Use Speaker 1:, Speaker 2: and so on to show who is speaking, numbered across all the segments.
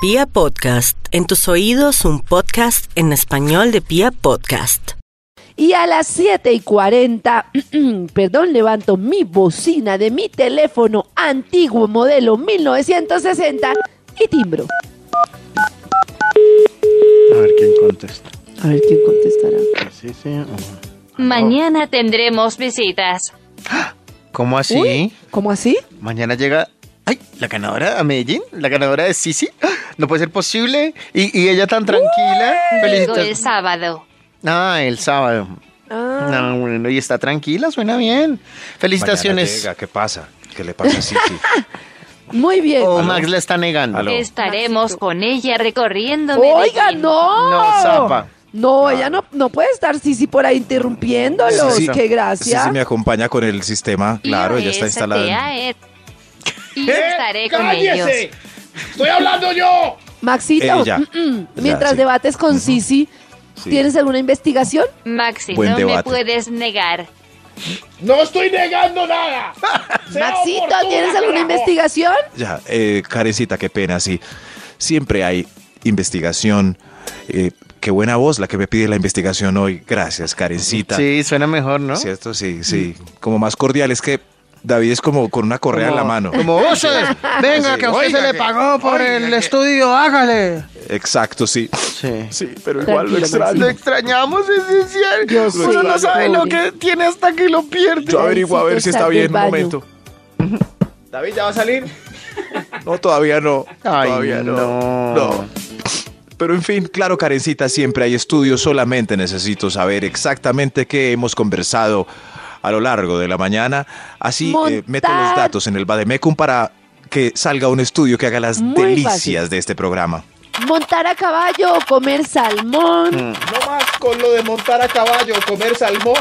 Speaker 1: Pia Podcast, en tus oídos un podcast en español de Pia Podcast.
Speaker 2: Y a las 7 y 40, perdón, levanto mi bocina de mi teléfono antiguo modelo 1960 y timbro.
Speaker 3: A ver quién contesta.
Speaker 2: A ver quién contestará.
Speaker 3: Sí, sí. o-
Speaker 4: Mañana tendremos visitas.
Speaker 5: ¿Cómo así?
Speaker 2: Uy, ¿Cómo así?
Speaker 5: Mañana llega. ¡Ay! La ganadora a Medellín. La ganadora de Sisi. ¡Ah! No puede ser posible. Y, y ella tan tranquila.
Speaker 4: Digo
Speaker 5: Felicita-
Speaker 4: el sábado.
Speaker 5: Ah, el sábado.
Speaker 2: Ah,
Speaker 3: Ah.
Speaker 5: No, bueno, y está tranquila, suena bien.
Speaker 6: Mañana
Speaker 5: Felicitaciones.
Speaker 6: llega, ¿Qué pasa? ¿Qué le pasa a Sisi?
Speaker 2: Muy bien.
Speaker 6: Oh.
Speaker 5: O Oh, Max la está negando.
Speaker 6: Aló.
Speaker 4: Estaremos con ella recorriendo
Speaker 2: Oiga,
Speaker 4: Medellín.
Speaker 2: no.
Speaker 5: No, zapa.
Speaker 2: No, ella no, no puede estar Sisi por ahí interrumpiéndolos.
Speaker 6: Ah. Sí, sí.
Speaker 2: Qué gracia.
Speaker 6: Sisi me acompaña con el sistema. Claro, ella está instalada. en-
Speaker 4: IOSTAET. Y estaré con ellos.
Speaker 2: Maxito,
Speaker 6: Ella.
Speaker 2: mm, mm,
Speaker 6: O sea,
Speaker 2: mientras
Speaker 6: sí.
Speaker 2: debates con Sisi,
Speaker 6: Sí.
Speaker 2: ¿tienes alguna investigación?
Speaker 4: Maxi,
Speaker 6: Buen
Speaker 4: no me
Speaker 6: debate.
Speaker 4: puedes negar.
Speaker 7: No estoy negando nada. Sea
Speaker 2: Maxito,
Speaker 7: oportuna,
Speaker 2: ¿tienes alguna
Speaker 7: carajo.
Speaker 2: investigación?
Speaker 6: Ya, eh, carecita, qué pena, sí. Siempre hay investigación. Eh, qué buena voz la que me pide la investigación hoy. Gracias, carecita.
Speaker 5: Sí, suena mejor, ¿no?
Speaker 6: ¿Cierto? Sí, sí. Como más cordial, es que David es como con una correa en la
Speaker 5: Como-
Speaker 6: mano.
Speaker 5: Como voces. Venga, que a usted se le pagó por el estudio, hágale.
Speaker 6: Exacto, sí.
Speaker 5: Sí.
Speaker 6: Sí, pero
Speaker 2: igual lo Tranquilo, extraño. Maxi.
Speaker 5: Lo extrañamos, es esencial.
Speaker 2: Yo sé,
Speaker 5: Uno no sabe lo
Speaker 2: pobre.
Speaker 5: que tiene hasta que lo pierde.
Speaker 6: Yo averiguo a ver
Speaker 2: Maxito
Speaker 6: si está
Speaker 2: está
Speaker 6: bien un
Speaker 2: del
Speaker 6: momento.
Speaker 5: David, ¿ya va a salir?
Speaker 6: No, todavía no.
Speaker 5: Ay,
Speaker 6: todavía no.
Speaker 5: no.
Speaker 6: No. Pero en fin, claro, Karencita, siempre hay estudios. Solamente necesito saber exactamente qué hemos conversado a lo largo de la mañana. Así eh, meto los
Speaker 2: Montar.
Speaker 6: datos en el Bademecum para que salga un estudio que haga las
Speaker 2: Muy
Speaker 6: delicias
Speaker 2: fácil.
Speaker 6: de este programa.
Speaker 2: Montar a caballo, comer
Speaker 6: Mm.
Speaker 2: salmón,
Speaker 7: No más con lo de montar a caballo, comer salmón,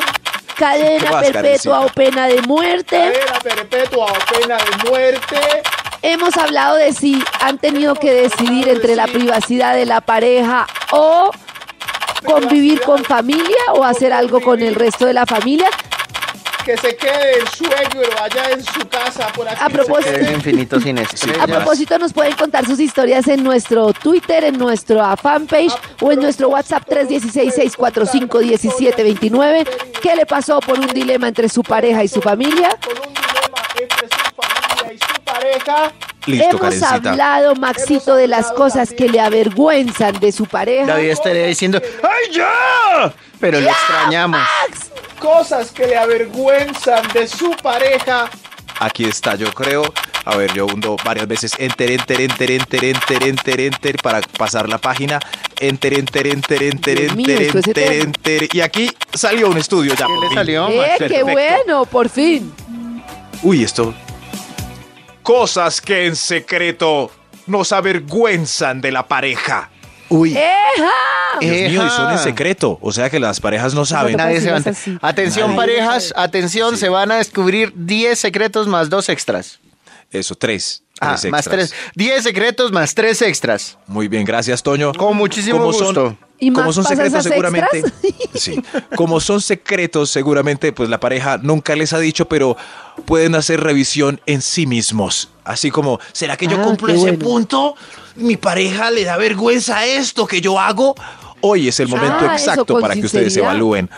Speaker 2: cadena
Speaker 6: vas,
Speaker 2: perpetua
Speaker 6: Karencita?
Speaker 2: o pena de muerte.
Speaker 7: cadena perpetua o pena de muerte.
Speaker 2: Hemos hablado de si han tenido que decidir entre la privacidad de la pareja o convivir con familia o hacer algo con el resto de la familia.
Speaker 7: Que se quede el suegro allá en su casa por aquí.
Speaker 2: A propósito-
Speaker 5: Es infinito sin estrellas.
Speaker 2: A propósito, nos pueden contar sus historias en nuestro Twitter, en nuestra fanpage o en nuestro WhatsApp 316-645-1729. ¿Qué le pasó por un dilema entre su pareja y su familia?
Speaker 7: Con un dilema entre su familia y su pareja.
Speaker 6: Listo,
Speaker 2: Hemos
Speaker 6: Karencita.
Speaker 2: hablado, Maxito, de las cosas que le avergüenzan de su pareja.
Speaker 5: David estaría diciendo, ¡ay, ya! Pero lo extrañamos.
Speaker 2: ¡Ah!
Speaker 7: Cosas que le avergüenzan de su pareja.
Speaker 6: Aquí está, yo creo. A ver, yo hundo varias veces. Enter, enter, enter, enter, enter, enter, enter, para pasar la página. Enter, enter, enter, enter,
Speaker 2: Dios mío,
Speaker 6: enter,
Speaker 2: esto es
Speaker 6: enter,
Speaker 2: eterno.
Speaker 6: enter. Y aquí salió un estudio ya.
Speaker 5: ¿Qué
Speaker 6: por
Speaker 5: le
Speaker 6: fin.
Speaker 5: salió?
Speaker 2: ¡Eh, qué
Speaker 6: Perfecto.
Speaker 2: bueno! Por fin.
Speaker 6: Uy, esto. Cosas que en secreto nos avergüenzan de la pareja. Uy.
Speaker 2: ¡Eja!
Speaker 6: Dios mío, y son en
Speaker 5: Ejá.
Speaker 6: secreto. O sea que las parejas no saben.
Speaker 5: Nadie
Speaker 2: Así
Speaker 5: se va a
Speaker 2: vas
Speaker 5: enter-
Speaker 2: así.
Speaker 5: Atención,
Speaker 6: Nadie.
Speaker 5: parejas, atención, se van a descubrir 10 secretos más dos extras.
Speaker 6: Eso, tres.
Speaker 5: Ah,
Speaker 6: Tres
Speaker 5: más
Speaker 6: extras.
Speaker 5: tres. 10 secretos más tres extras.
Speaker 6: Muy bien, gracias, Toño.
Speaker 5: Con muchísimo
Speaker 6: Como
Speaker 5: gusto.
Speaker 6: Son,
Speaker 2: ¿Y
Speaker 6: como
Speaker 2: Max
Speaker 6: son
Speaker 2: pasa
Speaker 6: secretos,
Speaker 2: esas
Speaker 6: seguramente.
Speaker 2: extras?
Speaker 6: Sí. Como son secretos, seguramente, pues la pareja nunca les ha dicho, pero pueden hacer revisión en sí mismos. Así como, ¿será que yo
Speaker 2: Ah,
Speaker 6: cumplo
Speaker 2: qué
Speaker 6: ese
Speaker 2: bueno.
Speaker 6: punto? ¿Mi pareja le da vergüenza esto que yo hago? Hoy es el momento
Speaker 2: Ah, eso,
Speaker 6: exacto
Speaker 2: con
Speaker 6: para que ustedes
Speaker 2: sinceridad.
Speaker 6: evalúen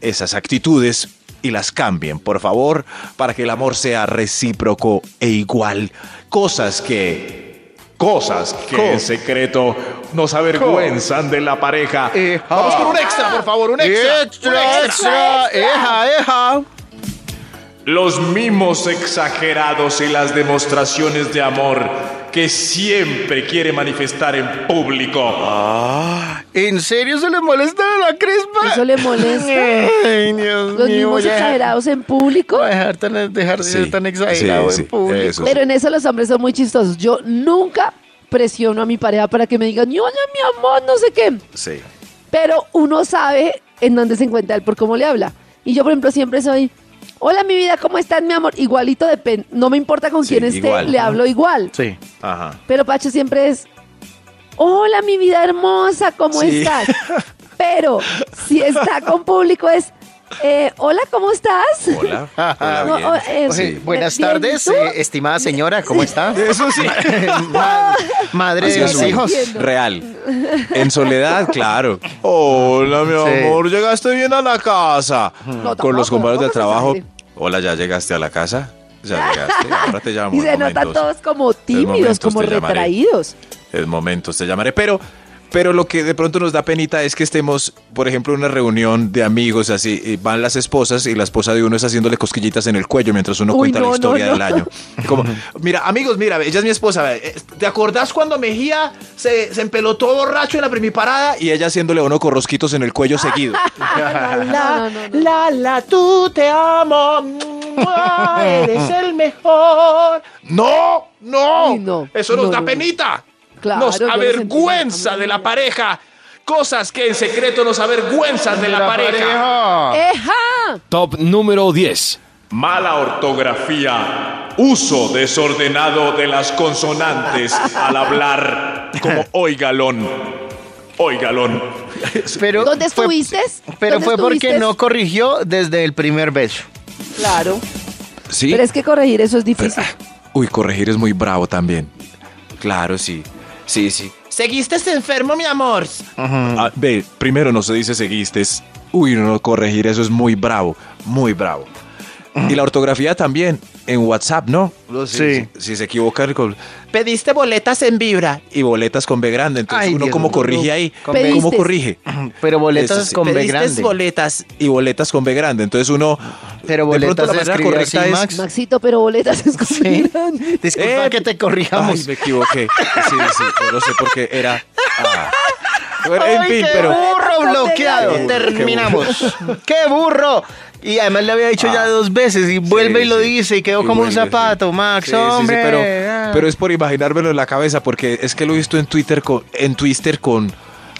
Speaker 6: esas actitudes y las cambien, por favor, para que el amor sea recíproco e igual. Cosas que Cosas que en secreto nos avergüenzan de la pareja.
Speaker 5: Ejá.
Speaker 6: Eh, Vamos con un extra, por favor, un extra.
Speaker 5: Extra, extra, eja, eja.
Speaker 8: Los mimos exagerados y las demostraciones de amor que siempre quiere manifestar en público.
Speaker 9: Ah,
Speaker 5: ¿En serio se le molesta la crespa?
Speaker 2: ¿Eso le
Speaker 6: Eh,
Speaker 2: molesta?
Speaker 5: Ay, Dios
Speaker 2: Los
Speaker 5: mío.
Speaker 2: mismos
Speaker 5: voy a-
Speaker 2: exagerados en público.
Speaker 5: Voy a dejar tan, dejar de ser
Speaker 6: Sí,
Speaker 5: tan exagerado
Speaker 6: sí,
Speaker 5: en
Speaker 6: sí,
Speaker 5: público.
Speaker 6: Pues, eso.
Speaker 2: Pero en eso los hombres son muy chistosos. Yo nunca presiono a mi pareja para que me digan, yo mi amor, no sé qué.
Speaker 6: Sí.
Speaker 2: Pero uno sabe en dónde se encuentra él por cómo le habla. Y yo, por ejemplo, siempre soy, hola mi vida, ¿cómo estás, mi amor? Igualito depende, no me importa con
Speaker 6: Sí,
Speaker 2: quién esté,
Speaker 6: igual,
Speaker 2: le
Speaker 6: ¿no?
Speaker 2: hablo igual.
Speaker 5: Sí.
Speaker 6: Ajá.
Speaker 2: Pero Pacho siempre es, hola mi vida hermosa, ¿cómo
Speaker 6: Sí.
Speaker 2: estás? Pero si está con público es, Eh, hola, ¿cómo estás?
Speaker 9: Hola.
Speaker 5: Ajá.
Speaker 2: No,
Speaker 9: Hola,
Speaker 2: o- eh,
Speaker 5: Oye,
Speaker 2: bien,
Speaker 5: buenas
Speaker 2: bien,
Speaker 5: tardes,
Speaker 2: ¿y tú?
Speaker 5: eh, estimada señora, ¿cómo está?
Speaker 9: bien. Eso sí.
Speaker 5: Ma- Madre
Speaker 9: Así
Speaker 5: de
Speaker 9: es
Speaker 5: mis
Speaker 9: uno.
Speaker 5: hijos.
Speaker 2: Entiendo.
Speaker 9: Real. En soledad, claro.
Speaker 6: Hola, mi
Speaker 5: Sí.
Speaker 6: amor, llegaste bien a la casa.
Speaker 2: tampoco,
Speaker 9: Con los compañeros
Speaker 2: tampoco
Speaker 9: de
Speaker 2: se
Speaker 9: trabajo.
Speaker 2: exagere.
Speaker 9: Hola, ya llegaste a la casa. Ya llegaste. Ahora te llamo.
Speaker 2: Y
Speaker 9: en
Speaker 2: se notan
Speaker 9: momentos.
Speaker 2: todos como tímidos,
Speaker 9: momentos
Speaker 2: como
Speaker 9: te llamaré.
Speaker 2: retraídos.
Speaker 9: En momentos te llamaré. Pero, pero lo que de pronto nos da penita es que estemos, por ejemplo, en una reunión de amigos así, y van las esposas y la esposa de uno es haciéndole cosquillitas en el cuello mientras uno
Speaker 2: Uy,
Speaker 9: cuenta
Speaker 2: no,
Speaker 9: la
Speaker 2: no,
Speaker 9: historia
Speaker 2: no.
Speaker 9: del año.
Speaker 5: Como,
Speaker 7: Mira, amigos, mira, ella es mi esposa. eh, ¿Te acordás cuando Mejía se, se empelotó borracho en la primiparada?
Speaker 9: Y ella haciéndole a uno corrosquitos en el cuello seguido.
Speaker 5: Ah,
Speaker 2: No, no, no, no.
Speaker 7: La, la, tú te amo. mua, Eres el mejor.
Speaker 6: ¡No! ¡No!
Speaker 2: Uy, no.
Speaker 6: Eso nos
Speaker 2: No,
Speaker 6: da
Speaker 2: no, no.
Speaker 6: penita.
Speaker 2: Claro,
Speaker 6: nos
Speaker 2: yo lo sentí,
Speaker 6: avergüenza
Speaker 2: no,
Speaker 6: de
Speaker 2: no,
Speaker 6: la
Speaker 2: no.
Speaker 6: pareja. Cosas que en secreto nos avergüenzan de la, pareja.
Speaker 2: eh, ¡Eja!
Speaker 10: Top número 10.
Speaker 6: Mala ortografía. Uso desordenado de las consonantes al hablar. Como hoy galón. Hoy galón.
Speaker 5: Pero
Speaker 2: ¿Dónde
Speaker 5: fue-
Speaker 2: estuviste?
Speaker 5: Pero
Speaker 2: ¿Dónde
Speaker 5: fue porque
Speaker 2: estuviste?
Speaker 5: no corrigió desde el primer beso.
Speaker 2: Claro.
Speaker 9: ¿Sí?
Speaker 2: Pero es que corregir eso es difícil.
Speaker 9: Uy, corregir es muy bravo también. Claro, sí. Sí, sí.
Speaker 7: Seguiste este enfermo, mi amor.
Speaker 9: Ah, ve, primero no se dice seguiste. es- Uy, no, no, corregir eso es muy bravo, muy bravo. Y la ortografía también, en WhatsApp, Mm. ¿no? Si-
Speaker 5: Sí.
Speaker 9: Si, si se equivoca, el col-
Speaker 7: Pediste boletas en vibra.
Speaker 9: y boletas con B grande. Entonces,
Speaker 5: Ay,
Speaker 9: ¿uno
Speaker 5: Dios
Speaker 9: cómo
Speaker 5: mío.
Speaker 9: corrige ahí?
Speaker 5: Con
Speaker 2: B.
Speaker 9: ¿Cómo
Speaker 2: Pediste.
Speaker 9: corrige?
Speaker 5: Pero boletas
Speaker 9: Eso sí.
Speaker 5: con B
Speaker 7: Pediste
Speaker 5: grande.
Speaker 7: boletas.
Speaker 9: Y boletas con B grande. Entonces, uno.
Speaker 5: Pero
Speaker 9: de
Speaker 5: boletas
Speaker 9: pronto la
Speaker 5: se
Speaker 9: manera
Speaker 5: escribe así,
Speaker 9: correcta es-
Speaker 5: Max.
Speaker 2: Maxito, pero boletas es como
Speaker 5: Sí.
Speaker 2: grande.
Speaker 5: Disculpa
Speaker 9: Eh,
Speaker 5: que te
Speaker 9: Ay,
Speaker 5: corrijamos.
Speaker 9: me equivoqué. Sí, sí, yo no sé por qué era. ah. Bueno, en
Speaker 5: Ay,
Speaker 9: fin,
Speaker 5: qué
Speaker 9: pero.
Speaker 5: burro bloqueado.
Speaker 9: Qué burro,
Speaker 5: Terminamos. ¡Qué burro! Y además le había dicho ya dos veces y vuelve y lo
Speaker 9: Ah. sí.
Speaker 5: dice y quedó
Speaker 9: Y
Speaker 5: como un
Speaker 9: vuelve, sí.
Speaker 5: zapato, Max.
Speaker 9: Sí, sí, sí,
Speaker 5: hombre.
Speaker 9: pero,
Speaker 5: Ah.
Speaker 9: pero es por imaginármelo en la cabeza, porque es que lo he visto en Twitter con, en Twister con.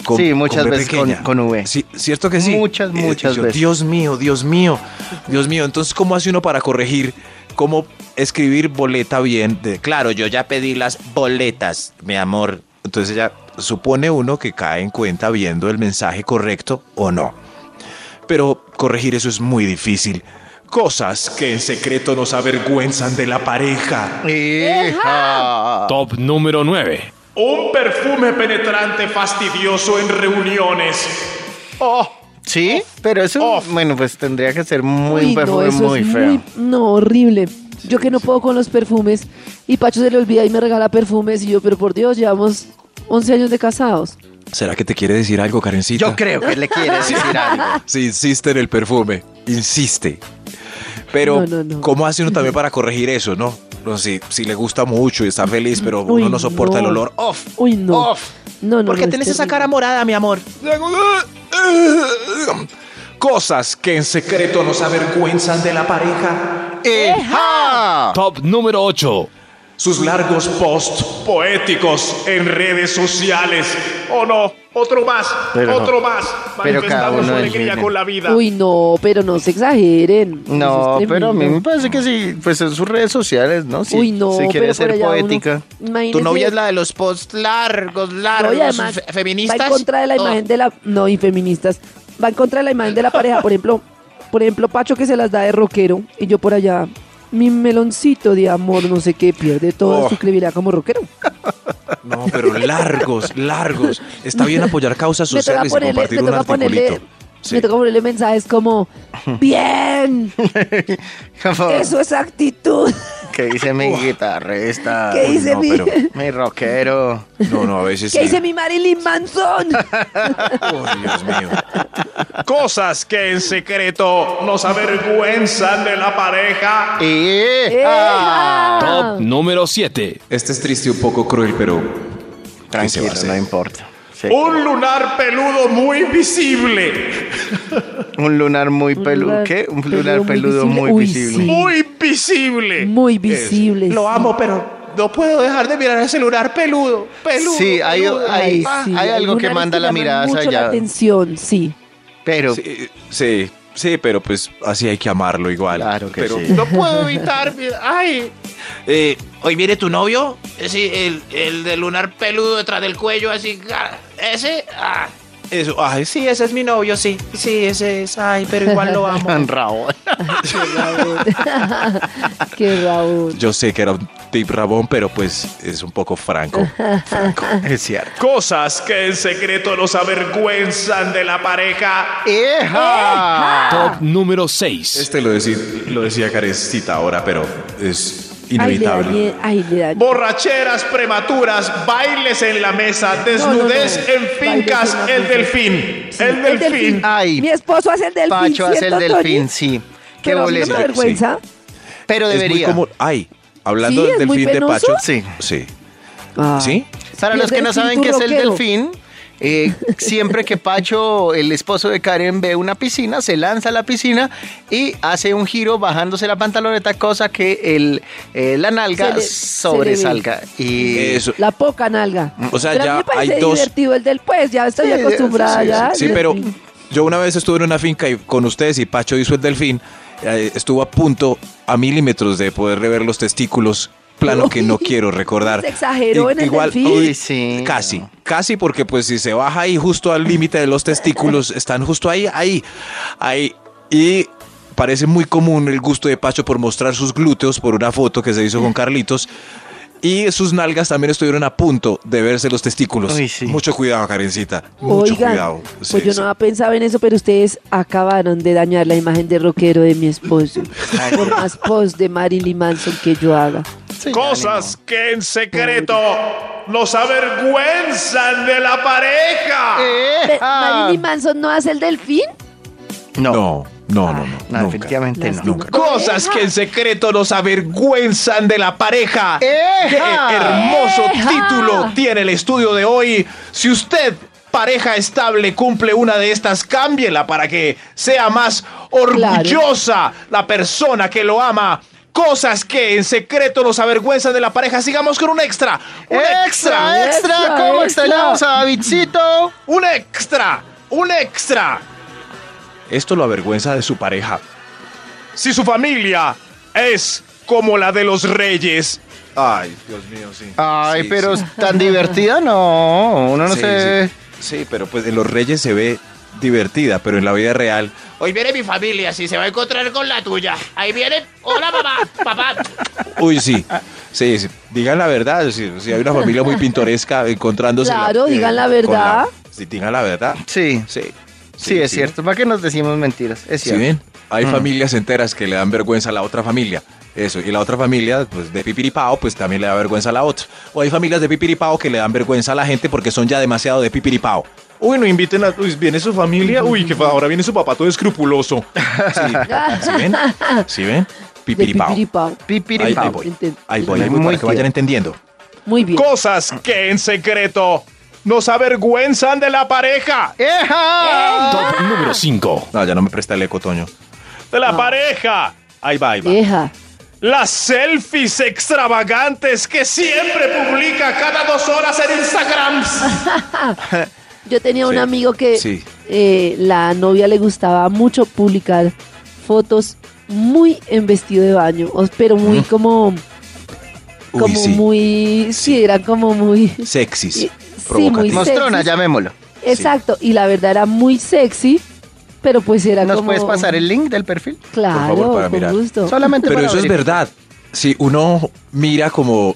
Speaker 9: con-
Speaker 5: Sí, muchas
Speaker 9: B
Speaker 5: veces con-
Speaker 9: pequeña.
Speaker 5: con V.
Speaker 9: Sí, ¿Cierto que sí?
Speaker 5: Muchas,
Speaker 9: Y- y
Speaker 5: muchas
Speaker 9: yo,
Speaker 5: veces.
Speaker 9: Dios mío, Dios mío, Dios mío. Entonces, ¿cómo hace uno para corregir? ¿Cómo escribir boleta bien? De, claro, yo ya pedí las boletas, mi amor. Entonces ya supone uno que cae en cuenta viendo el mensaje correcto o no.
Speaker 6: Pero corregir eso es muy difícil. Cosas que en secreto nos avergüenzan de la pareja.
Speaker 5: Hija.
Speaker 10: Top número 9.
Speaker 6: Un perfume penetrante fastidioso en reuniones.
Speaker 5: Sí, pero eso, bueno, pues tendría que ser muy
Speaker 2: Uy,
Speaker 5: un perfume
Speaker 2: eso
Speaker 5: muy
Speaker 2: es
Speaker 5: feo.
Speaker 2: muy- no, horrible. Yo que no puedo con los perfumes. Y Pacho se le olvida y me regala perfumes. Y yo, pero por Dios, llevamos 11 años de casados.
Speaker 9: ¿Será que te quiere decir algo, Karencita?
Speaker 5: Yo creo que le quieres decir algo.
Speaker 9: Si insiste en el perfume, insiste. Pero,
Speaker 2: No, no, no.
Speaker 9: ¿cómo hace uno también para corregir eso, no? no si, si le gusta mucho y está feliz, pero
Speaker 2: Mm. Uy,
Speaker 9: uno no soporta el
Speaker 2: no.
Speaker 9: olor. ¡Oh!
Speaker 2: Uy, no. No, no,
Speaker 7: ¿Por qué
Speaker 2: no, es
Speaker 7: tenés esa
Speaker 2: terrible.
Speaker 7: cara morada, mi amor?
Speaker 6: Cosas que en secreto nos avergüenzan de la pareja.
Speaker 5: ¡Eja!
Speaker 10: Top número 8.
Speaker 6: sus largos posts poéticos en redes sociales. ¿O no? Otro más,
Speaker 5: Pero-
Speaker 6: otro más.
Speaker 5: pero cada
Speaker 6: Manifestando
Speaker 5: uno
Speaker 6: su
Speaker 5: es
Speaker 6: alegría
Speaker 5: libre.
Speaker 6: con la vida.
Speaker 2: Uy, no, pero no se exageren. Eso
Speaker 5: No,
Speaker 2: es
Speaker 5: pero a mí
Speaker 2: tremendo.
Speaker 5: me parece que sí, pues en sus redes sociales, ¿no? Si,
Speaker 2: Uy, no,
Speaker 5: si
Speaker 2: pero
Speaker 5: quiere
Speaker 2: por
Speaker 5: ser
Speaker 2: allá uno-
Speaker 5: poética.
Speaker 2: imagínese-
Speaker 7: Tu novia es la de los posts largos,
Speaker 2: No,
Speaker 7: largos,
Speaker 2: y además
Speaker 7: fe-
Speaker 2: va
Speaker 7: feministas.
Speaker 2: en contra de la imagen de la no y feministas va en contra de la imagen de la pareja por ejemplo por ejemplo Pacho que se las da de rockero y yo por allá mi meloncito de amor no sé qué pierde toda
Speaker 9: Oh.
Speaker 2: su credibilidad como rockero
Speaker 9: No, pero largos, largos. Está bien apoyar causas
Speaker 2: me toca
Speaker 9: sociales y
Speaker 2: ponerle
Speaker 9: compartir
Speaker 2: me
Speaker 9: un
Speaker 2: toca ponerle
Speaker 9: articulito. Sí.
Speaker 2: me toca ponerle mensajes como bien
Speaker 5: Oh.
Speaker 2: eso es actitud
Speaker 5: ¿Qué dice mi guitarrista?
Speaker 2: que dice
Speaker 9: no,
Speaker 2: mi
Speaker 9: pero-
Speaker 5: Mi rockero.
Speaker 9: No, no, a veces
Speaker 2: que
Speaker 9: sí.
Speaker 2: dice mi Marilyn Manson
Speaker 9: Oh, Dios mío.
Speaker 6: Cosas que en secreto nos avergüenzan de la pareja.
Speaker 5: Eh,
Speaker 2: Eh.
Speaker 5: ¡Eja!
Speaker 10: Top número 7.
Speaker 9: Este es triste, un poco cruel, pero... ¿qué se va a
Speaker 5: Tranquilo,
Speaker 9: hacer?
Speaker 5: no importa. Sí.
Speaker 6: Un lunar peludo muy visible.
Speaker 5: Un lunar muy peludo.
Speaker 2: lunar
Speaker 5: ¿Qué? Un
Speaker 2: peludo
Speaker 5: lunar
Speaker 2: muy
Speaker 5: peludo
Speaker 2: visible.
Speaker 5: muy
Speaker 2: Uy,
Speaker 5: visible.
Speaker 2: sí.
Speaker 6: Muy visible.
Speaker 2: muy visible
Speaker 7: Lo
Speaker 2: sí.
Speaker 7: amo, pero no puedo dejar de mirar el celular peludo. Peludo.
Speaker 5: Sí, hay-
Speaker 7: peludo.
Speaker 5: hay-
Speaker 7: Ah,
Speaker 2: sí,
Speaker 5: hay algo que
Speaker 2: lunares
Speaker 5: manda la
Speaker 2: llaman
Speaker 5: mirada hacia
Speaker 2: mucho la
Speaker 5: allá.
Speaker 2: atención sí
Speaker 5: Pero,
Speaker 9: Sí, sí, sí, pero pues así hay que amarlo igual.
Speaker 5: claro que
Speaker 9: Pero-
Speaker 5: sí.
Speaker 7: No puedo evitar. mi- Ay.
Speaker 9: Eh,
Speaker 7: Hoy viene tu novio. Sí, el, el de lunar peludo detrás del cuello, así. ah, Ese. Ah, Eso, ay, sí, ese es mi novio, sí. Sí, ese es, ay, pero igual lo amo.
Speaker 5: Tan rabón.
Speaker 2: Qué Raúl. Qué Raúl.
Speaker 9: Yo sé que era un tip rabón, pero pues es un poco franco. franco.
Speaker 5: Es cierto.
Speaker 6: Cosas que en secreto los avergüenzan de la pareja.
Speaker 5: ¡Eja!
Speaker 10: Top número 6.
Speaker 9: Este lo, decí- lo decía Karencita ahora, pero es
Speaker 2: Ay, le
Speaker 9: inevitable.
Speaker 2: dañé, ay, le dañé.
Speaker 6: Borracheras prematuras, bailes en la mesa, desnudez
Speaker 2: no, no.
Speaker 6: en
Speaker 2: Bailes
Speaker 6: fincas,
Speaker 2: en la
Speaker 6: el
Speaker 2: mesa.
Speaker 6: delfín.
Speaker 2: El
Speaker 6: El delfín. Ah,
Speaker 2: delfín.
Speaker 5: Ay,
Speaker 2: Mi esposo hace el delfín.
Speaker 5: Pacho hace el
Speaker 2: ¿cierto,
Speaker 5: delfín,
Speaker 2: Tony?
Speaker 5: sí. Qué
Speaker 2: Pero a mí no
Speaker 5: boleto.
Speaker 2: me da vergüenza.
Speaker 5: Pero
Speaker 9: Es muy
Speaker 5: debería.
Speaker 9: común. Ay, hablando
Speaker 2: Sí,
Speaker 9: del
Speaker 2: es muy
Speaker 9: delfín de
Speaker 2: penoso.
Speaker 9: Pacho.
Speaker 5: Sí.
Speaker 9: Sí.
Speaker 2: Ah.
Speaker 9: ¿Sí?
Speaker 5: Para
Speaker 2: Y
Speaker 5: los
Speaker 2: el
Speaker 5: que no
Speaker 2: delfín
Speaker 5: saben qué es el
Speaker 2: turroquero.
Speaker 5: delfín, eh, siempre que Pacho, el esposo de Karen, ve una piscina, se lanza a la piscina y hace un giro bajándose la pantaloneta, cosa que el, eh, la
Speaker 2: Se
Speaker 5: nalga
Speaker 2: le-
Speaker 5: sobresalga. Y
Speaker 9: Eso.
Speaker 2: La poca nalga.
Speaker 9: Mm, O sea,
Speaker 2: Pero a mí
Speaker 9: ya
Speaker 2: me parece
Speaker 9: hay dos-
Speaker 2: divertido el del pues, ya estoy
Speaker 5: Sí,
Speaker 2: acostumbrada.
Speaker 5: sí,
Speaker 2: ya,
Speaker 9: Sí,
Speaker 2: el
Speaker 9: pero
Speaker 2: delfín.
Speaker 9: yo una vez estuve en una finca y con ustedes y Pacho hizo el delfín. eh, estuvo a punto, a milímetros de poder rever los testículos, plano que no
Speaker 2: Uy,
Speaker 9: quiero recordar.
Speaker 2: se exageró
Speaker 9: I-
Speaker 2: en el delfín.
Speaker 9: uy,
Speaker 5: Sí.
Speaker 9: Casi, casi porque pues si se baja ahí justo al límite de los testículos, están justo ahí, ahí, ahí. Y parece muy común el gusto de Pacho por mostrar sus glúteos por una foto que se hizo con Carlitos. Y sus nalgas también estuvieron a punto de verse los testículos.
Speaker 5: Uy, sí.
Speaker 9: Mucho cuidado, Karencita. Mucho
Speaker 2: Oigan,
Speaker 9: cuidado. Sí,
Speaker 2: pues yo
Speaker 9: sí.
Speaker 2: no pensaba en eso, pero ustedes acabaron de dañar la imagen de rockero de mi esposo. Por más post de Marilyn Manson que yo haga.
Speaker 5: sí,
Speaker 6: Cosas que en secreto los avergüenzan de la pareja.
Speaker 2: Pe-
Speaker 5: ¡Eja!
Speaker 2: ¿Marilyn Manson no hace el delfín?
Speaker 5: No, no,
Speaker 9: No, no, Ah, no, no. nunca.
Speaker 5: definitivamente no.
Speaker 2: Lástima.
Speaker 7: Cosas que en secreto los avergüenzan de la pareja. ¡Qué hermoso título tiene el estudio de hoy! Si usted, pareja estable, cumple una de estas, cámbiela para que sea más orgullosa la persona que lo ama. Cosas que en secreto los avergüenzan de la pareja. Sigamos con un extra. Un extra.
Speaker 5: Extra, extra,
Speaker 2: extra, extra.
Speaker 5: ¿cómo extrañamos a Davidcito?
Speaker 7: Un extra. Un extra.
Speaker 9: Esto lo avergüenza de su pareja.
Speaker 6: Si su familia es como la de los reyes,
Speaker 9: Ay, Dios mío, sí.
Speaker 5: Ay,
Speaker 9: Sí,
Speaker 5: pero
Speaker 9: sí.
Speaker 5: tan divertida no, uno no
Speaker 9: Sí,
Speaker 5: se...
Speaker 9: sí. Sí, pero pues en los Reyes se ve divertida, pero en la vida real.
Speaker 7: Hoy viene mi familia, si se va a encontrar con la tuya. Ahí vienen. Hola, papá. Papá.
Speaker 9: Uy, sí. Sí, sí. digan la verdad. Si, si hay una familia muy pintoresca encontrándose. eh,
Speaker 2: Claro, digan la
Speaker 9: con
Speaker 2: verdad.
Speaker 9: sí, digan la verdad.
Speaker 5: Sí, sí,
Speaker 9: Sí. Sí,
Speaker 5: es cierto, ¿para qué nos decimos mentiras? Es
Speaker 9: Si
Speaker 5: cierto.
Speaker 9: ven, hay
Speaker 5: Mm.
Speaker 9: familias enteras que le dan vergüenza a la otra familia. Eso, y la otra familia, pues de pipiripao, pues también le da vergüenza a la otra. O hay familias de pipiripao que le dan vergüenza a la gente porque son ya demasiado de pipiripao.
Speaker 6: uy, no inviten a. Uy, viene su familia, uy, que ahora viene su papá todo escrupuloso.
Speaker 9: Sí,
Speaker 2: Ah,
Speaker 9: ¿sí ven? ¿Sí ven?
Speaker 2: De
Speaker 9: Pipiripao.
Speaker 2: pipiripao.
Speaker 9: Ahí,
Speaker 5: Pipiripao.
Speaker 9: ahí voy.
Speaker 2: Enten-
Speaker 9: Ahí voy, ahí voy
Speaker 5: Muy
Speaker 9: para que vayan
Speaker 5: tierno.
Speaker 9: entendiendo.
Speaker 2: Muy bien.
Speaker 6: Cosas que en secreto nos avergüenzan de la pareja.
Speaker 5: ¡Eja!
Speaker 10: Top número 5.
Speaker 9: No, ya no me presta el eco, Toño.
Speaker 6: De la pareja. Ahí va, ahí va.
Speaker 2: Deja.
Speaker 6: Las selfies extravagantes que siempre publica cada dos horas en Instagram.
Speaker 2: Yo tenía un
Speaker 9: Sí,
Speaker 2: amigo que
Speaker 9: sí.
Speaker 2: eh, la novia le gustaba mucho publicar fotos muy en vestido de baño, o- pero muy como,
Speaker 9: Uy,
Speaker 2: como
Speaker 9: sí.
Speaker 2: muy, sí, era como muy,
Speaker 9: Sexys.
Speaker 2: Sí,
Speaker 9: provocativos.
Speaker 2: muy
Speaker 5: Mostrona,
Speaker 2: sexy.
Speaker 5: llamémoslo.
Speaker 2: exacto, y la verdad era muy sexy, pero pues era
Speaker 5: ¿Nos
Speaker 2: como,
Speaker 5: puedes pasar el link del perfil?
Speaker 2: claro,
Speaker 9: favor, para
Speaker 2: con
Speaker 9: mirar.
Speaker 2: gusto.
Speaker 5: Solamente
Speaker 9: Pero
Speaker 5: para
Speaker 9: eso es
Speaker 5: verificar.
Speaker 9: verdad. Si uno mira como,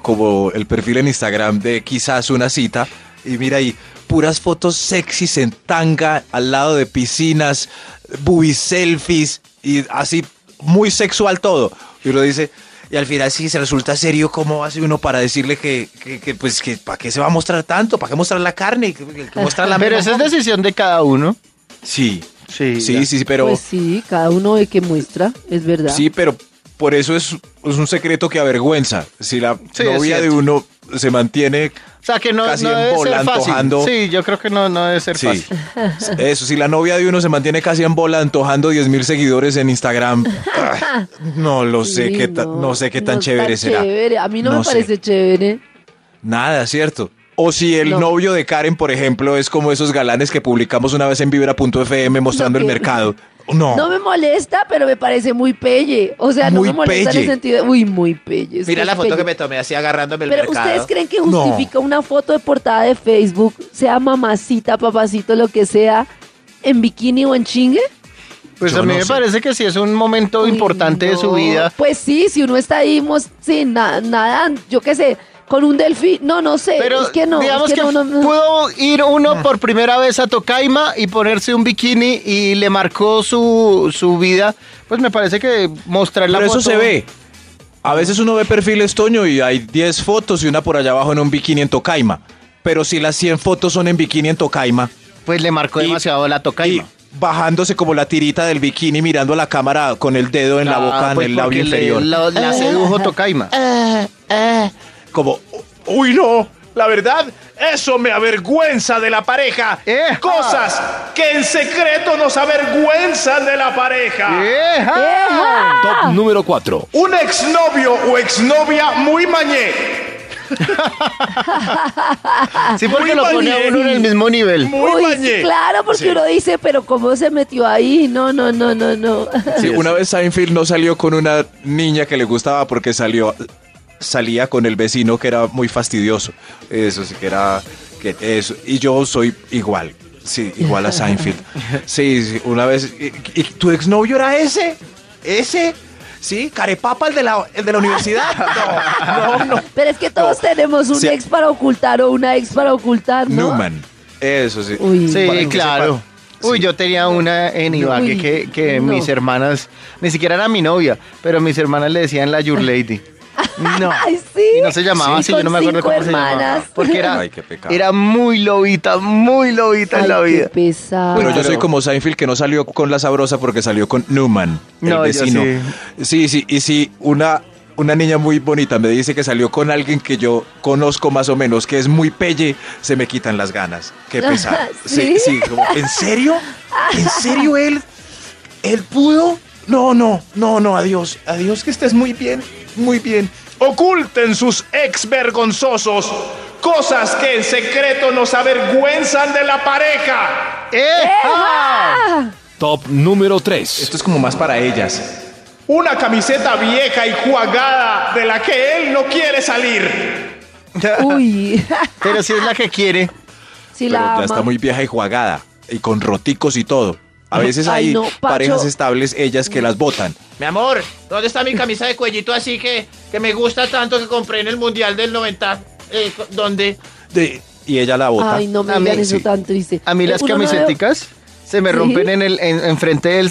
Speaker 9: como el perfil en Instagram de quizás una cita y mira ahí puras fotos sexys en tanga al lado de piscinas, booby selfies y así muy sexual todo. Y uno dice, y al final sí se resulta serio cómo hace uno para decirle que, que, que, pues que para qué se va a mostrar tanto, para qué mostrar la carne, que, que mostrar la
Speaker 5: Pero esa es decisión de cada uno.
Speaker 9: Sí,
Speaker 5: Sí,
Speaker 9: sí, sí, sí, pero
Speaker 2: Pues sí, cada uno de que muestra, es verdad.
Speaker 9: Sí, pero por eso es, es un secreto que avergüenza. Si la
Speaker 5: Sí, es
Speaker 9: novia de
Speaker 5: cierto.
Speaker 9: uno se mantiene...
Speaker 5: O sea que no,
Speaker 9: Casi
Speaker 5: no
Speaker 9: en
Speaker 5: debe
Speaker 9: bola,
Speaker 5: ser fácil.
Speaker 9: antojando.
Speaker 5: Sí, yo creo que no, no debe ser
Speaker 9: Sí,
Speaker 5: fácil.
Speaker 9: eso, si la novia de uno se mantiene casi en bola antojando 10 mil seguidores en Instagram, ah, no lo sé,
Speaker 2: Sí,
Speaker 9: qué ta- no, sé qué tan
Speaker 2: no
Speaker 9: chévere será.
Speaker 2: chévere. A mí no, me
Speaker 9: sé.
Speaker 2: parece chévere.
Speaker 9: Nada, ¿cierto? O si el
Speaker 2: No.
Speaker 9: novio de Karen, por ejemplo, es como esos galanes que publicamos una vez en Vibra.fm mostrando
Speaker 2: No,
Speaker 9: el
Speaker 2: que-
Speaker 9: mercado. No.
Speaker 2: No me molesta, pero me parece muy pelle. O sea,
Speaker 9: Muy
Speaker 2: no me molesta en
Speaker 9: pelle.
Speaker 2: el sentido de. Uy, muy pelle. es
Speaker 7: Mira
Speaker 2: muy
Speaker 7: la foto
Speaker 2: pelle.
Speaker 7: que me tomé así agarrándome el
Speaker 2: Pero
Speaker 7: mercado.
Speaker 2: ustedes creen que justifica una foto de portada de Facebook, sea mamacita, papacito, lo que sea, en bikini o en chingue?
Speaker 5: Pues
Speaker 9: Yo
Speaker 5: a mí
Speaker 9: no
Speaker 5: me
Speaker 9: sé.
Speaker 5: parece que sí es un momento
Speaker 2: Uy,
Speaker 5: importante de su
Speaker 2: no.
Speaker 5: vida.
Speaker 2: Pues sí, si uno está ahí mos- sí, na- nadando, yo qué sé, con un delfín, no, no sé,
Speaker 5: Pero
Speaker 2: es que no,
Speaker 5: digamos
Speaker 2: es
Speaker 5: que,
Speaker 2: que, no, no, no.
Speaker 5: pudo ir
Speaker 9: Ah.
Speaker 5: uno por primera vez a Tocaima y ponerse un bikini y le marcó su, su vida. Pues me parece que mostrar la
Speaker 9: Pero eso
Speaker 5: foto-
Speaker 9: se ve. A veces uno ve perfiles, Toño, y hay 10 fotos y una por allá abajo en un bikini en Tocaima. Pero si las 100 fotos son en bikini en Tocaima,
Speaker 5: Pues le marcó
Speaker 9: Y-
Speaker 5: demasiado la
Speaker 9: y
Speaker 5: Tocaima.
Speaker 9: bajándose como la tirita del bikini mirando a la cámara con el dedo en la boca,
Speaker 5: Ah,
Speaker 9: en
Speaker 5: pues
Speaker 9: el labio
Speaker 5: porque le-
Speaker 9: inferior.
Speaker 5: la-
Speaker 2: Ah.
Speaker 5: la sedujo Tocaima.
Speaker 9: Como,
Speaker 7: Uy, no. La verdad, eso me avergüenza de la pareja.
Speaker 5: Eja.
Speaker 7: Cosas que en secreto nos avergüenzan de la
Speaker 5: Ah.
Speaker 7: pareja.
Speaker 5: ¡Eja!
Speaker 2: ¡Eja!
Speaker 10: Top número 4.
Speaker 7: Un exnovio o exnovia muy mañé.
Speaker 2: Ah.
Speaker 5: Sí, porque
Speaker 7: Muy
Speaker 5: lo pone a
Speaker 7: valiente.
Speaker 5: uno en el mismo nivel.
Speaker 7: Muy
Speaker 2: Uy,
Speaker 7: mañé.
Speaker 2: claro, porque uno dice, pero ¿cómo se metió ahí? No, no, no, no, no.
Speaker 9: sí, una vez Seinfeld no salió con una niña que le gustaba porque salió salía con el vecino que era muy fastidioso. Eso sí que era que eso y yo soy igual. Sí, igual a Seinfeld. Sí, sí, una vez y, y tu exnovio era ese? ¿Ese? Sí, carepapa el de la el de la universidad. No, no, no.
Speaker 2: Pero es que todos tenemos un
Speaker 9: Sí.
Speaker 2: ex para ocultar o una ex para ocultar, ¿no?
Speaker 9: Newman. Eso sí.
Speaker 2: Uy.
Speaker 5: Sí,
Speaker 9: Para que
Speaker 5: claro.
Speaker 9: sepa.
Speaker 5: Uy,
Speaker 9: Sí.
Speaker 5: yo tenía una en Ibagué
Speaker 2: Uy,
Speaker 5: que, que
Speaker 2: no.
Speaker 5: mis hermanas, ni siquiera era mi novia, pero mis hermanas le decían la Your Lady. No.
Speaker 2: Ay, sí.
Speaker 5: Y no se llamaba
Speaker 2: Sí,
Speaker 5: así,
Speaker 2: con
Speaker 5: yo no me acuerdo
Speaker 2: cinco
Speaker 5: cómo se llamaba.
Speaker 2: hermanas.
Speaker 5: Porque era,
Speaker 9: Ay, qué pecado.
Speaker 5: era muy lobita, muy lobita en la
Speaker 2: Ay, qué
Speaker 5: vida.
Speaker 2: pesado.
Speaker 9: Pero yo
Speaker 5: Claro.
Speaker 9: soy como Seinfeld que no salió con la sabrosa porque salió con Newman, el
Speaker 5: No, yo
Speaker 9: vecino. Sí, sí, y sí, una, una niña muy bonita me dice que salió con alguien que yo conozco más o menos, que es muy pelle, se me quitan las ganas. Qué pesar.
Speaker 2: ¿Sí?
Speaker 9: como, ¿En serio? ¿En serio él? ¿Él pudo? No, no, no, no, adiós. Adiós, que estés muy bien, muy bien.
Speaker 7: Oculten sus ex vergonzosos. Cosas que en secreto nos avergüenzan de la pareja.
Speaker 5: ¡Eja!
Speaker 10: Top número 3.
Speaker 9: Esto es como más para ellas.
Speaker 7: Una camiseta vieja y jugada de la que él no quiere salir.
Speaker 2: Uy,
Speaker 5: Pero si es la que quiere.
Speaker 2: sí
Speaker 9: pero
Speaker 2: la
Speaker 9: ya está
Speaker 2: ama.
Speaker 9: muy vieja y jugada y con roticos y todo. A veces
Speaker 2: Ay,
Speaker 9: hay
Speaker 2: no, Pacho.
Speaker 9: parejas estables, ellas que las botan.
Speaker 7: Mi amor, ¿dónde está mi camisa de cuellito así que, que me gusta tanto que compré en el Mundial del 90? Eh, ¿Dónde?
Speaker 9: de- y ella la bota.
Speaker 2: Ay, no me
Speaker 5: A mí,
Speaker 2: digan eso
Speaker 9: sí.
Speaker 2: tan triste.
Speaker 5: A mí las
Speaker 2: Eh, Uno no ve-
Speaker 5: camiseticas se me
Speaker 2: ¿Sí?
Speaker 5: rompen en el en, enfrente del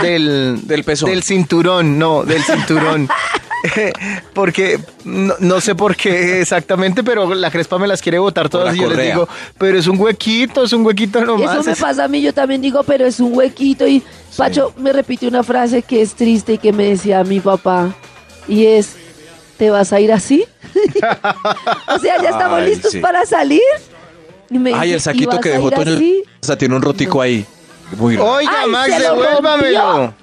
Speaker 5: del,
Speaker 9: Del pezón.
Speaker 5: del cinturón, no, del cinturón. Eh, Porque no, no sé por qué exactamente, pero la crespa me las quiere botar
Speaker 9: Por
Speaker 5: todas
Speaker 9: la
Speaker 5: y yo les
Speaker 9: correa.
Speaker 5: digo, pero es un huequito, es un huequito nomás.
Speaker 2: Eso me
Speaker 5: es-
Speaker 2: pasa a mí, yo también digo, pero es un huequito. Y Pacho me repite una frase que es triste y que me decía mi papá. Y es, ¿te vas a ir así? o sea, ya estamos
Speaker 9: Ay,
Speaker 2: listos
Speaker 9: sí.
Speaker 2: para salir. Y me
Speaker 9: Ay,
Speaker 2: dice,
Speaker 9: el
Speaker 2: "¿Y
Speaker 9: saquito
Speaker 2: vas
Speaker 9: que
Speaker 2: a
Speaker 9: dejó
Speaker 2: ir
Speaker 9: Toño.
Speaker 2: así?".
Speaker 9: O sea, tiene un rotico ahí. Muy raro.
Speaker 5: Oiga,
Speaker 2: Ay,
Speaker 5: Max,
Speaker 2: se lo
Speaker 5: devuélvamelo.
Speaker 2: rompió.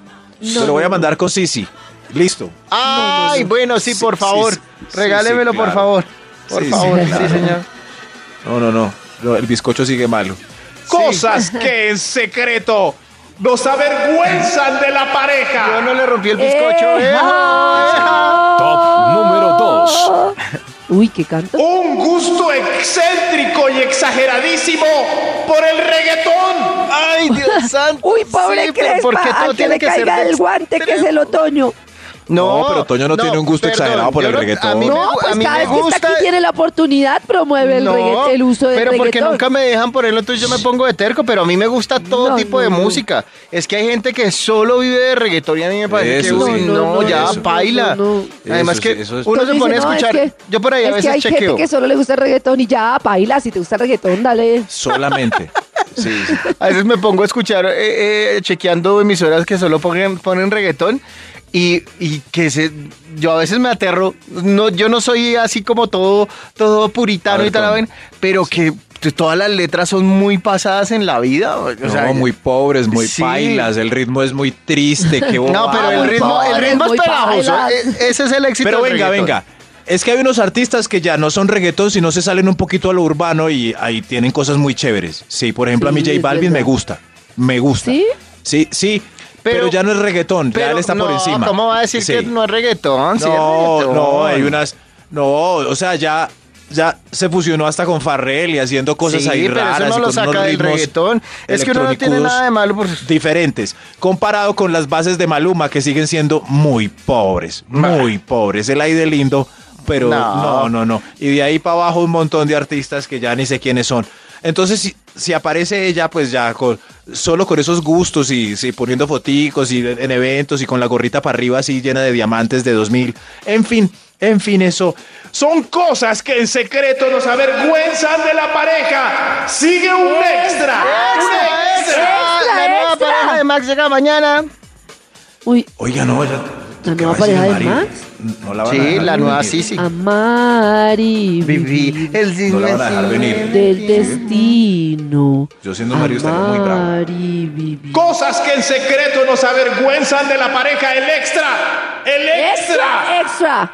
Speaker 9: Se lo voy a mandar con Sisi. Listo.
Speaker 5: Ay, bueno, sí,
Speaker 9: Sí,
Speaker 5: por
Speaker 9: sí,
Speaker 5: favor.
Speaker 9: sí, sí,
Speaker 5: Regálemelo,
Speaker 9: sí,
Speaker 5: por
Speaker 9: claro.
Speaker 5: favor. Por
Speaker 9: Sí, sí,
Speaker 5: favor, sí,
Speaker 9: claro.
Speaker 5: señor.
Speaker 9: No, no, no. No, El bizcocho sigue malo.
Speaker 7: Cosas que en secreto nos avergüenzan de la
Speaker 5: Yo
Speaker 7: pareja.
Speaker 5: no le rompí el bizcocho. ¿eh?
Speaker 2: ¡Eja!
Speaker 5: ¡Eja!
Speaker 10: Top número 2.
Speaker 2: Uy, qué canto.
Speaker 7: Un gusto excéntrico y exageradísimo por el reggaetón.
Speaker 5: ¡Ay, Dios santo!
Speaker 2: Uy, pobre
Speaker 5: Sí, pero
Speaker 2: Crespa,
Speaker 5: ¿por qué todo
Speaker 2: al que
Speaker 5: tiene
Speaker 2: le
Speaker 5: que ser
Speaker 2: caiga
Speaker 5: de
Speaker 2: el guante que es el otoño.
Speaker 9: No, pero Toño no tiene un gusto exagerado por
Speaker 5: yo
Speaker 9: el
Speaker 5: no- A
Speaker 9: reggaetón.
Speaker 5: mí, me-
Speaker 2: No,
Speaker 5: a
Speaker 2: pues
Speaker 5: mí
Speaker 2: cada
Speaker 5: me
Speaker 2: vez que
Speaker 5: gusta.
Speaker 2: está aquí tiene la oportunidad, promueve el,
Speaker 5: No,
Speaker 2: regga- el uso del
Speaker 5: pero porque
Speaker 2: reggaetón.
Speaker 5: nunca me dejan ponerlo, entonces yo me pongo de terco, pero a mí me gusta todo
Speaker 2: No,
Speaker 5: tipo
Speaker 2: no,
Speaker 5: de
Speaker 2: no.
Speaker 5: música. Es que hay gente que solo vive de reggaetón y a mí me parece
Speaker 9: Eso
Speaker 5: que, uy,
Speaker 9: sí.
Speaker 5: no,
Speaker 9: No, no,
Speaker 5: ya,
Speaker 9: eso.
Speaker 5: baila.
Speaker 2: No, no,
Speaker 9: no.
Speaker 5: Además
Speaker 9: Eso
Speaker 5: que
Speaker 9: sí, eso es-
Speaker 5: uno se
Speaker 2: Entonces
Speaker 5: pone a
Speaker 2: dice, no, es
Speaker 5: escuchar,
Speaker 2: que-
Speaker 5: yo por ahí a
Speaker 2: es que
Speaker 5: veces
Speaker 2: hay
Speaker 5: chequeo.
Speaker 2: gente que solo le gusta el reggaetón y ya, baila, si te gusta el reggaetón, dale.
Speaker 9: Solamente. Sí, sí.
Speaker 5: A veces me pongo a escuchar, eh, eh, chequeando emisoras que solo ponen, ponen reggaetón y, y que se, yo a veces me aterro. No, yo no soy así como todo, todo
Speaker 9: A
Speaker 5: puritano
Speaker 9: ver,
Speaker 5: y tal,
Speaker 9: Tom.
Speaker 5: ¿ven? pero que t- todas las letras son muy pasadas en la vida. o- o
Speaker 9: No,
Speaker 5: sea,
Speaker 9: muy pobres, muy
Speaker 5: sí.
Speaker 9: bailas. El ritmo es muy triste. Qué
Speaker 5: eh, No, pero
Speaker 9: bobada.
Speaker 5: el
Speaker 2: muy
Speaker 5: ritmo, el
Speaker 2: pobres,
Speaker 5: ritmo es
Speaker 2: muy
Speaker 5: pegajoso.
Speaker 2: pailas.
Speaker 5: E- Ese es el éxito.
Speaker 9: Pero
Speaker 5: del
Speaker 9: venga,
Speaker 5: reggaetón.
Speaker 9: venga. Es que hay unos artistas que ya no son reggaetón, sino se salen un poquito a lo urbano y ahí tienen cosas muy chéveres. Sí, por ejemplo, a mí
Speaker 2: Sí,
Speaker 9: J
Speaker 2: es
Speaker 9: Balvin me
Speaker 2: verdad.
Speaker 9: gusta. Me gusta.
Speaker 2: ¿Sí?
Speaker 9: Sí, sí. Pero, ya no es reggaetón, ya
Speaker 5: pero
Speaker 9: él está por
Speaker 5: no,
Speaker 9: encima.
Speaker 5: ¿Cómo va a decir
Speaker 9: Sí.
Speaker 5: que no es reggaetón? Sí es
Speaker 9: No,
Speaker 5: reggaetón.
Speaker 9: no, hay unas. No, o sea, ya, ya se fusionó hasta con Farrell y haciendo cosas
Speaker 5: Sí,
Speaker 9: ahí
Speaker 5: pero eso
Speaker 9: raras.
Speaker 5: no
Speaker 9: y
Speaker 5: lo
Speaker 9: con
Speaker 5: saca
Speaker 9: unos
Speaker 5: del
Speaker 9: ritmos
Speaker 5: reggaetón. Es que uno no tiene
Speaker 9: electronicudos
Speaker 5: nada de malo por-
Speaker 9: Diferentes. Comparado con las bases de Maluma, que siguen siendo muy pobres. Muy pobres. El aire lindo, pero
Speaker 5: No.
Speaker 9: no, no, no. Y de ahí para abajo un montón de artistas que ya ni sé quiénes son. Entonces, si, si aparece ella, pues ya con- solo con esos gustos y sí, poniendo foticos y en, en eventos y con la gorrita para arriba así llena de diamantes de 2000. En fin, en fin, eso.
Speaker 7: Son cosas que en secreto nos avergüenzan de la pareja. Sigue un extra.
Speaker 5: ¡Extra, extra!
Speaker 2: ¡Extra,
Speaker 5: La nueva
Speaker 2: extra!
Speaker 5: pareja de Max llega mañana.
Speaker 2: Uy,
Speaker 9: Oiga, no, ya-
Speaker 2: ¿La
Speaker 9: ¿qué
Speaker 2: nueva
Speaker 9: va a decir
Speaker 2: pareja de
Speaker 9: Mari?
Speaker 2: Max?
Speaker 9: No la van a
Speaker 5: Sí,
Speaker 9: dejar
Speaker 5: la nueva
Speaker 9: venir.
Speaker 5: Sisi.
Speaker 2: amar y
Speaker 5: Viví
Speaker 2: vivir
Speaker 5: el
Speaker 9: No la van a dejar venir.
Speaker 2: del destino.
Speaker 9: Yo siendo Mario estaría muy bravo.
Speaker 2: Amar y vivir.
Speaker 7: Cosas que en secreto nos avergüenzan de la pareja. El extra. El extra.
Speaker 2: ¡Extra! ¡Extra!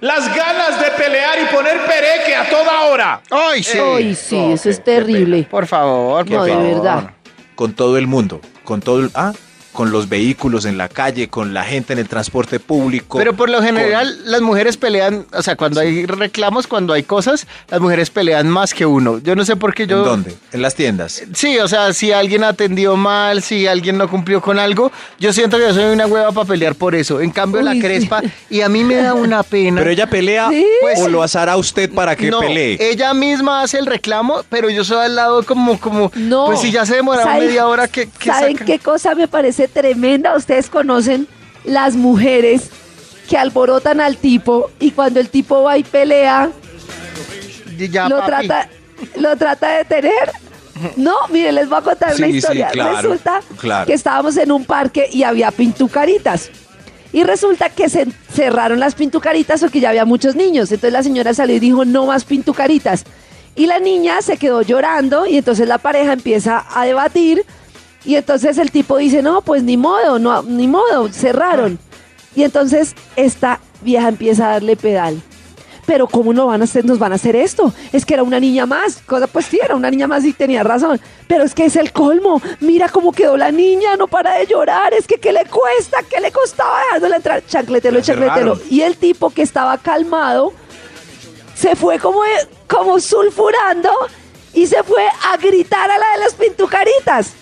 Speaker 7: Las ganas de pelear y poner pereque a toda hora.
Speaker 5: ¡Ay, sí!
Speaker 2: Ay, sí,
Speaker 9: No,
Speaker 2: eso
Speaker 9: qué-
Speaker 2: es
Speaker 9: qué pena.
Speaker 2: terrible.
Speaker 5: Por favor,
Speaker 2: No,
Speaker 5: por
Speaker 2: de
Speaker 5: favor.
Speaker 2: verdad.
Speaker 9: con todo el mundo, con todo, el- ah, con los vehículos en la calle, con la gente en el transporte público.
Speaker 5: Pero por lo
Speaker 9: con-
Speaker 5: general, las mujeres pelean, o sea, cuando hay reclamos, cuando hay cosas, las mujeres pelean más que uno. Yo no sé por qué
Speaker 9: ¿en
Speaker 5: yo. Eh,
Speaker 9: dónde? En las tiendas.
Speaker 5: Sí, o sea, si alguien atendió mal, si alguien no cumplió con algo, yo siento que yo soy una hueva para pelear por eso. En cambio,
Speaker 2: Uy,
Speaker 5: la
Speaker 2: sí.
Speaker 5: crespa, y a mí me da una pena.
Speaker 9: Pero ella pelea
Speaker 2: Sí.
Speaker 9: o lo asará usted para que
Speaker 5: no, eh.
Speaker 9: pelee.
Speaker 5: ella misma hace el reclamo, pero yo soy al lado como, como,
Speaker 2: No.
Speaker 5: pues si ya se demoraron
Speaker 2: ¿Saben-
Speaker 5: media hora, ¿qué, qué
Speaker 2: ¿Saben
Speaker 5: saca?
Speaker 2: qué cosa me parece tremenda? Ustedes conocen las mujeres que alborotan al tipo y cuando el tipo va y pelea,
Speaker 5: Y ya,
Speaker 2: lo,
Speaker 5: papi.
Speaker 2: trata, lo trata de tener. No, mire, les voy a contar una
Speaker 9: Sí, sí,
Speaker 2: historia.
Speaker 9: claro,
Speaker 2: resulta
Speaker 9: claro.
Speaker 2: que estábamos en un parque y había pintucaritas. Y resulta que se cerraron las pintucaritas porque ya había muchos niños. Entonces la señora salió y dijo, no más pintucaritas. Y la niña se quedó llorando y entonces la pareja empieza a debatir. Y entonces el tipo dice, no, pues ni modo, no, ni modo, cerraron. Y entonces esta vieja empieza a darle pedal pero ¿cómo no van a hacer, nos van a hacer esto? Es que era una niña más, cosa pues sí, era una niña más y tenía razón, pero es que es el colmo, mira cómo quedó la niña, no para de llorar, es que ¿qué le cuesta? ¿Qué le costaba dejándola entrar? Chancletelo,
Speaker 9: La cerraron.
Speaker 2: chancletelo. Y el tipo que estaba calmado se fue como, como sulfurando y se fue a gritar a la de las pintucaritas.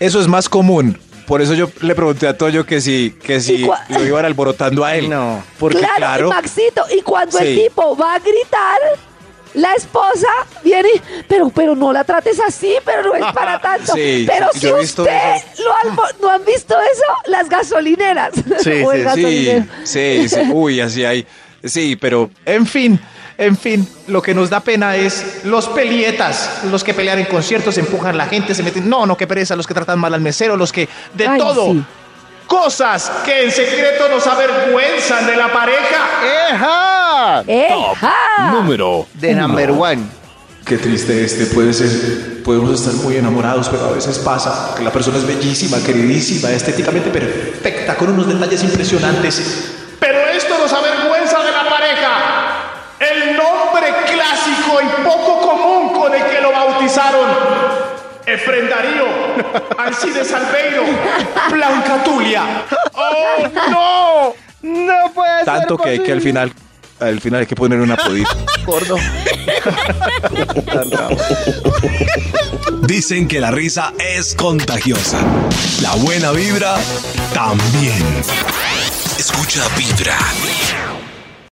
Speaker 9: Eso es más común. Por eso yo le pregunté a Toyo que si, que
Speaker 2: ¿Y
Speaker 9: si
Speaker 2: cua-
Speaker 9: lo iban alborotando a él.
Speaker 5: No.
Speaker 9: Porque
Speaker 2: claro,
Speaker 9: claro,
Speaker 2: y Maxito, y cuando el
Speaker 9: Sí.
Speaker 2: tipo va a gritar, la esposa viene, y, pero, pero no la trates así, pero no es para tanto.
Speaker 9: Sí,
Speaker 2: pero
Speaker 9: sí,
Speaker 2: si
Speaker 9: yo he visto
Speaker 2: usted lo albo- no han visto eso, las gasolineras.
Speaker 5: Sí,
Speaker 2: O el
Speaker 7: Eh,
Speaker 5: sí,
Speaker 2: gasolinero.
Speaker 9: Sí, sí, sí. Uy, así hay. Sí, pero
Speaker 7: En fin, en fin, lo que nos da pena es los pelietas, los que pelean en conciertos, empujan a la gente, se meten. No, no, qué pereza, los que tratan mal al mesero, los que. De
Speaker 2: Ay,
Speaker 7: todo.
Speaker 2: sí.
Speaker 7: Cosas que en secreto nos avergüenzan de la pareja.
Speaker 5: ¡Eja!
Speaker 2: ¡Ejá!
Speaker 10: número
Speaker 5: De number one.
Speaker 9: Qué triste este puede ser. Podemos estar muy enamorados, pero a veces pasa que la persona es bellísima, queridísima, estéticamente perfecta, con unos detalles impresionantes.
Speaker 7: Pero esto nos avergüenza de la pareja. El nombre clásico y poco común con el que lo bautizaron. Efren Darío, Alcides Albeiro, Blanca Tulia. ¡Oh, no!
Speaker 5: No puede
Speaker 9: Tanto que hay que al final, al final hay que poner una podita.
Speaker 5: gordo.
Speaker 11: Dicen que la risa es contagiosa. La buena vibra también. Escucha Vibra.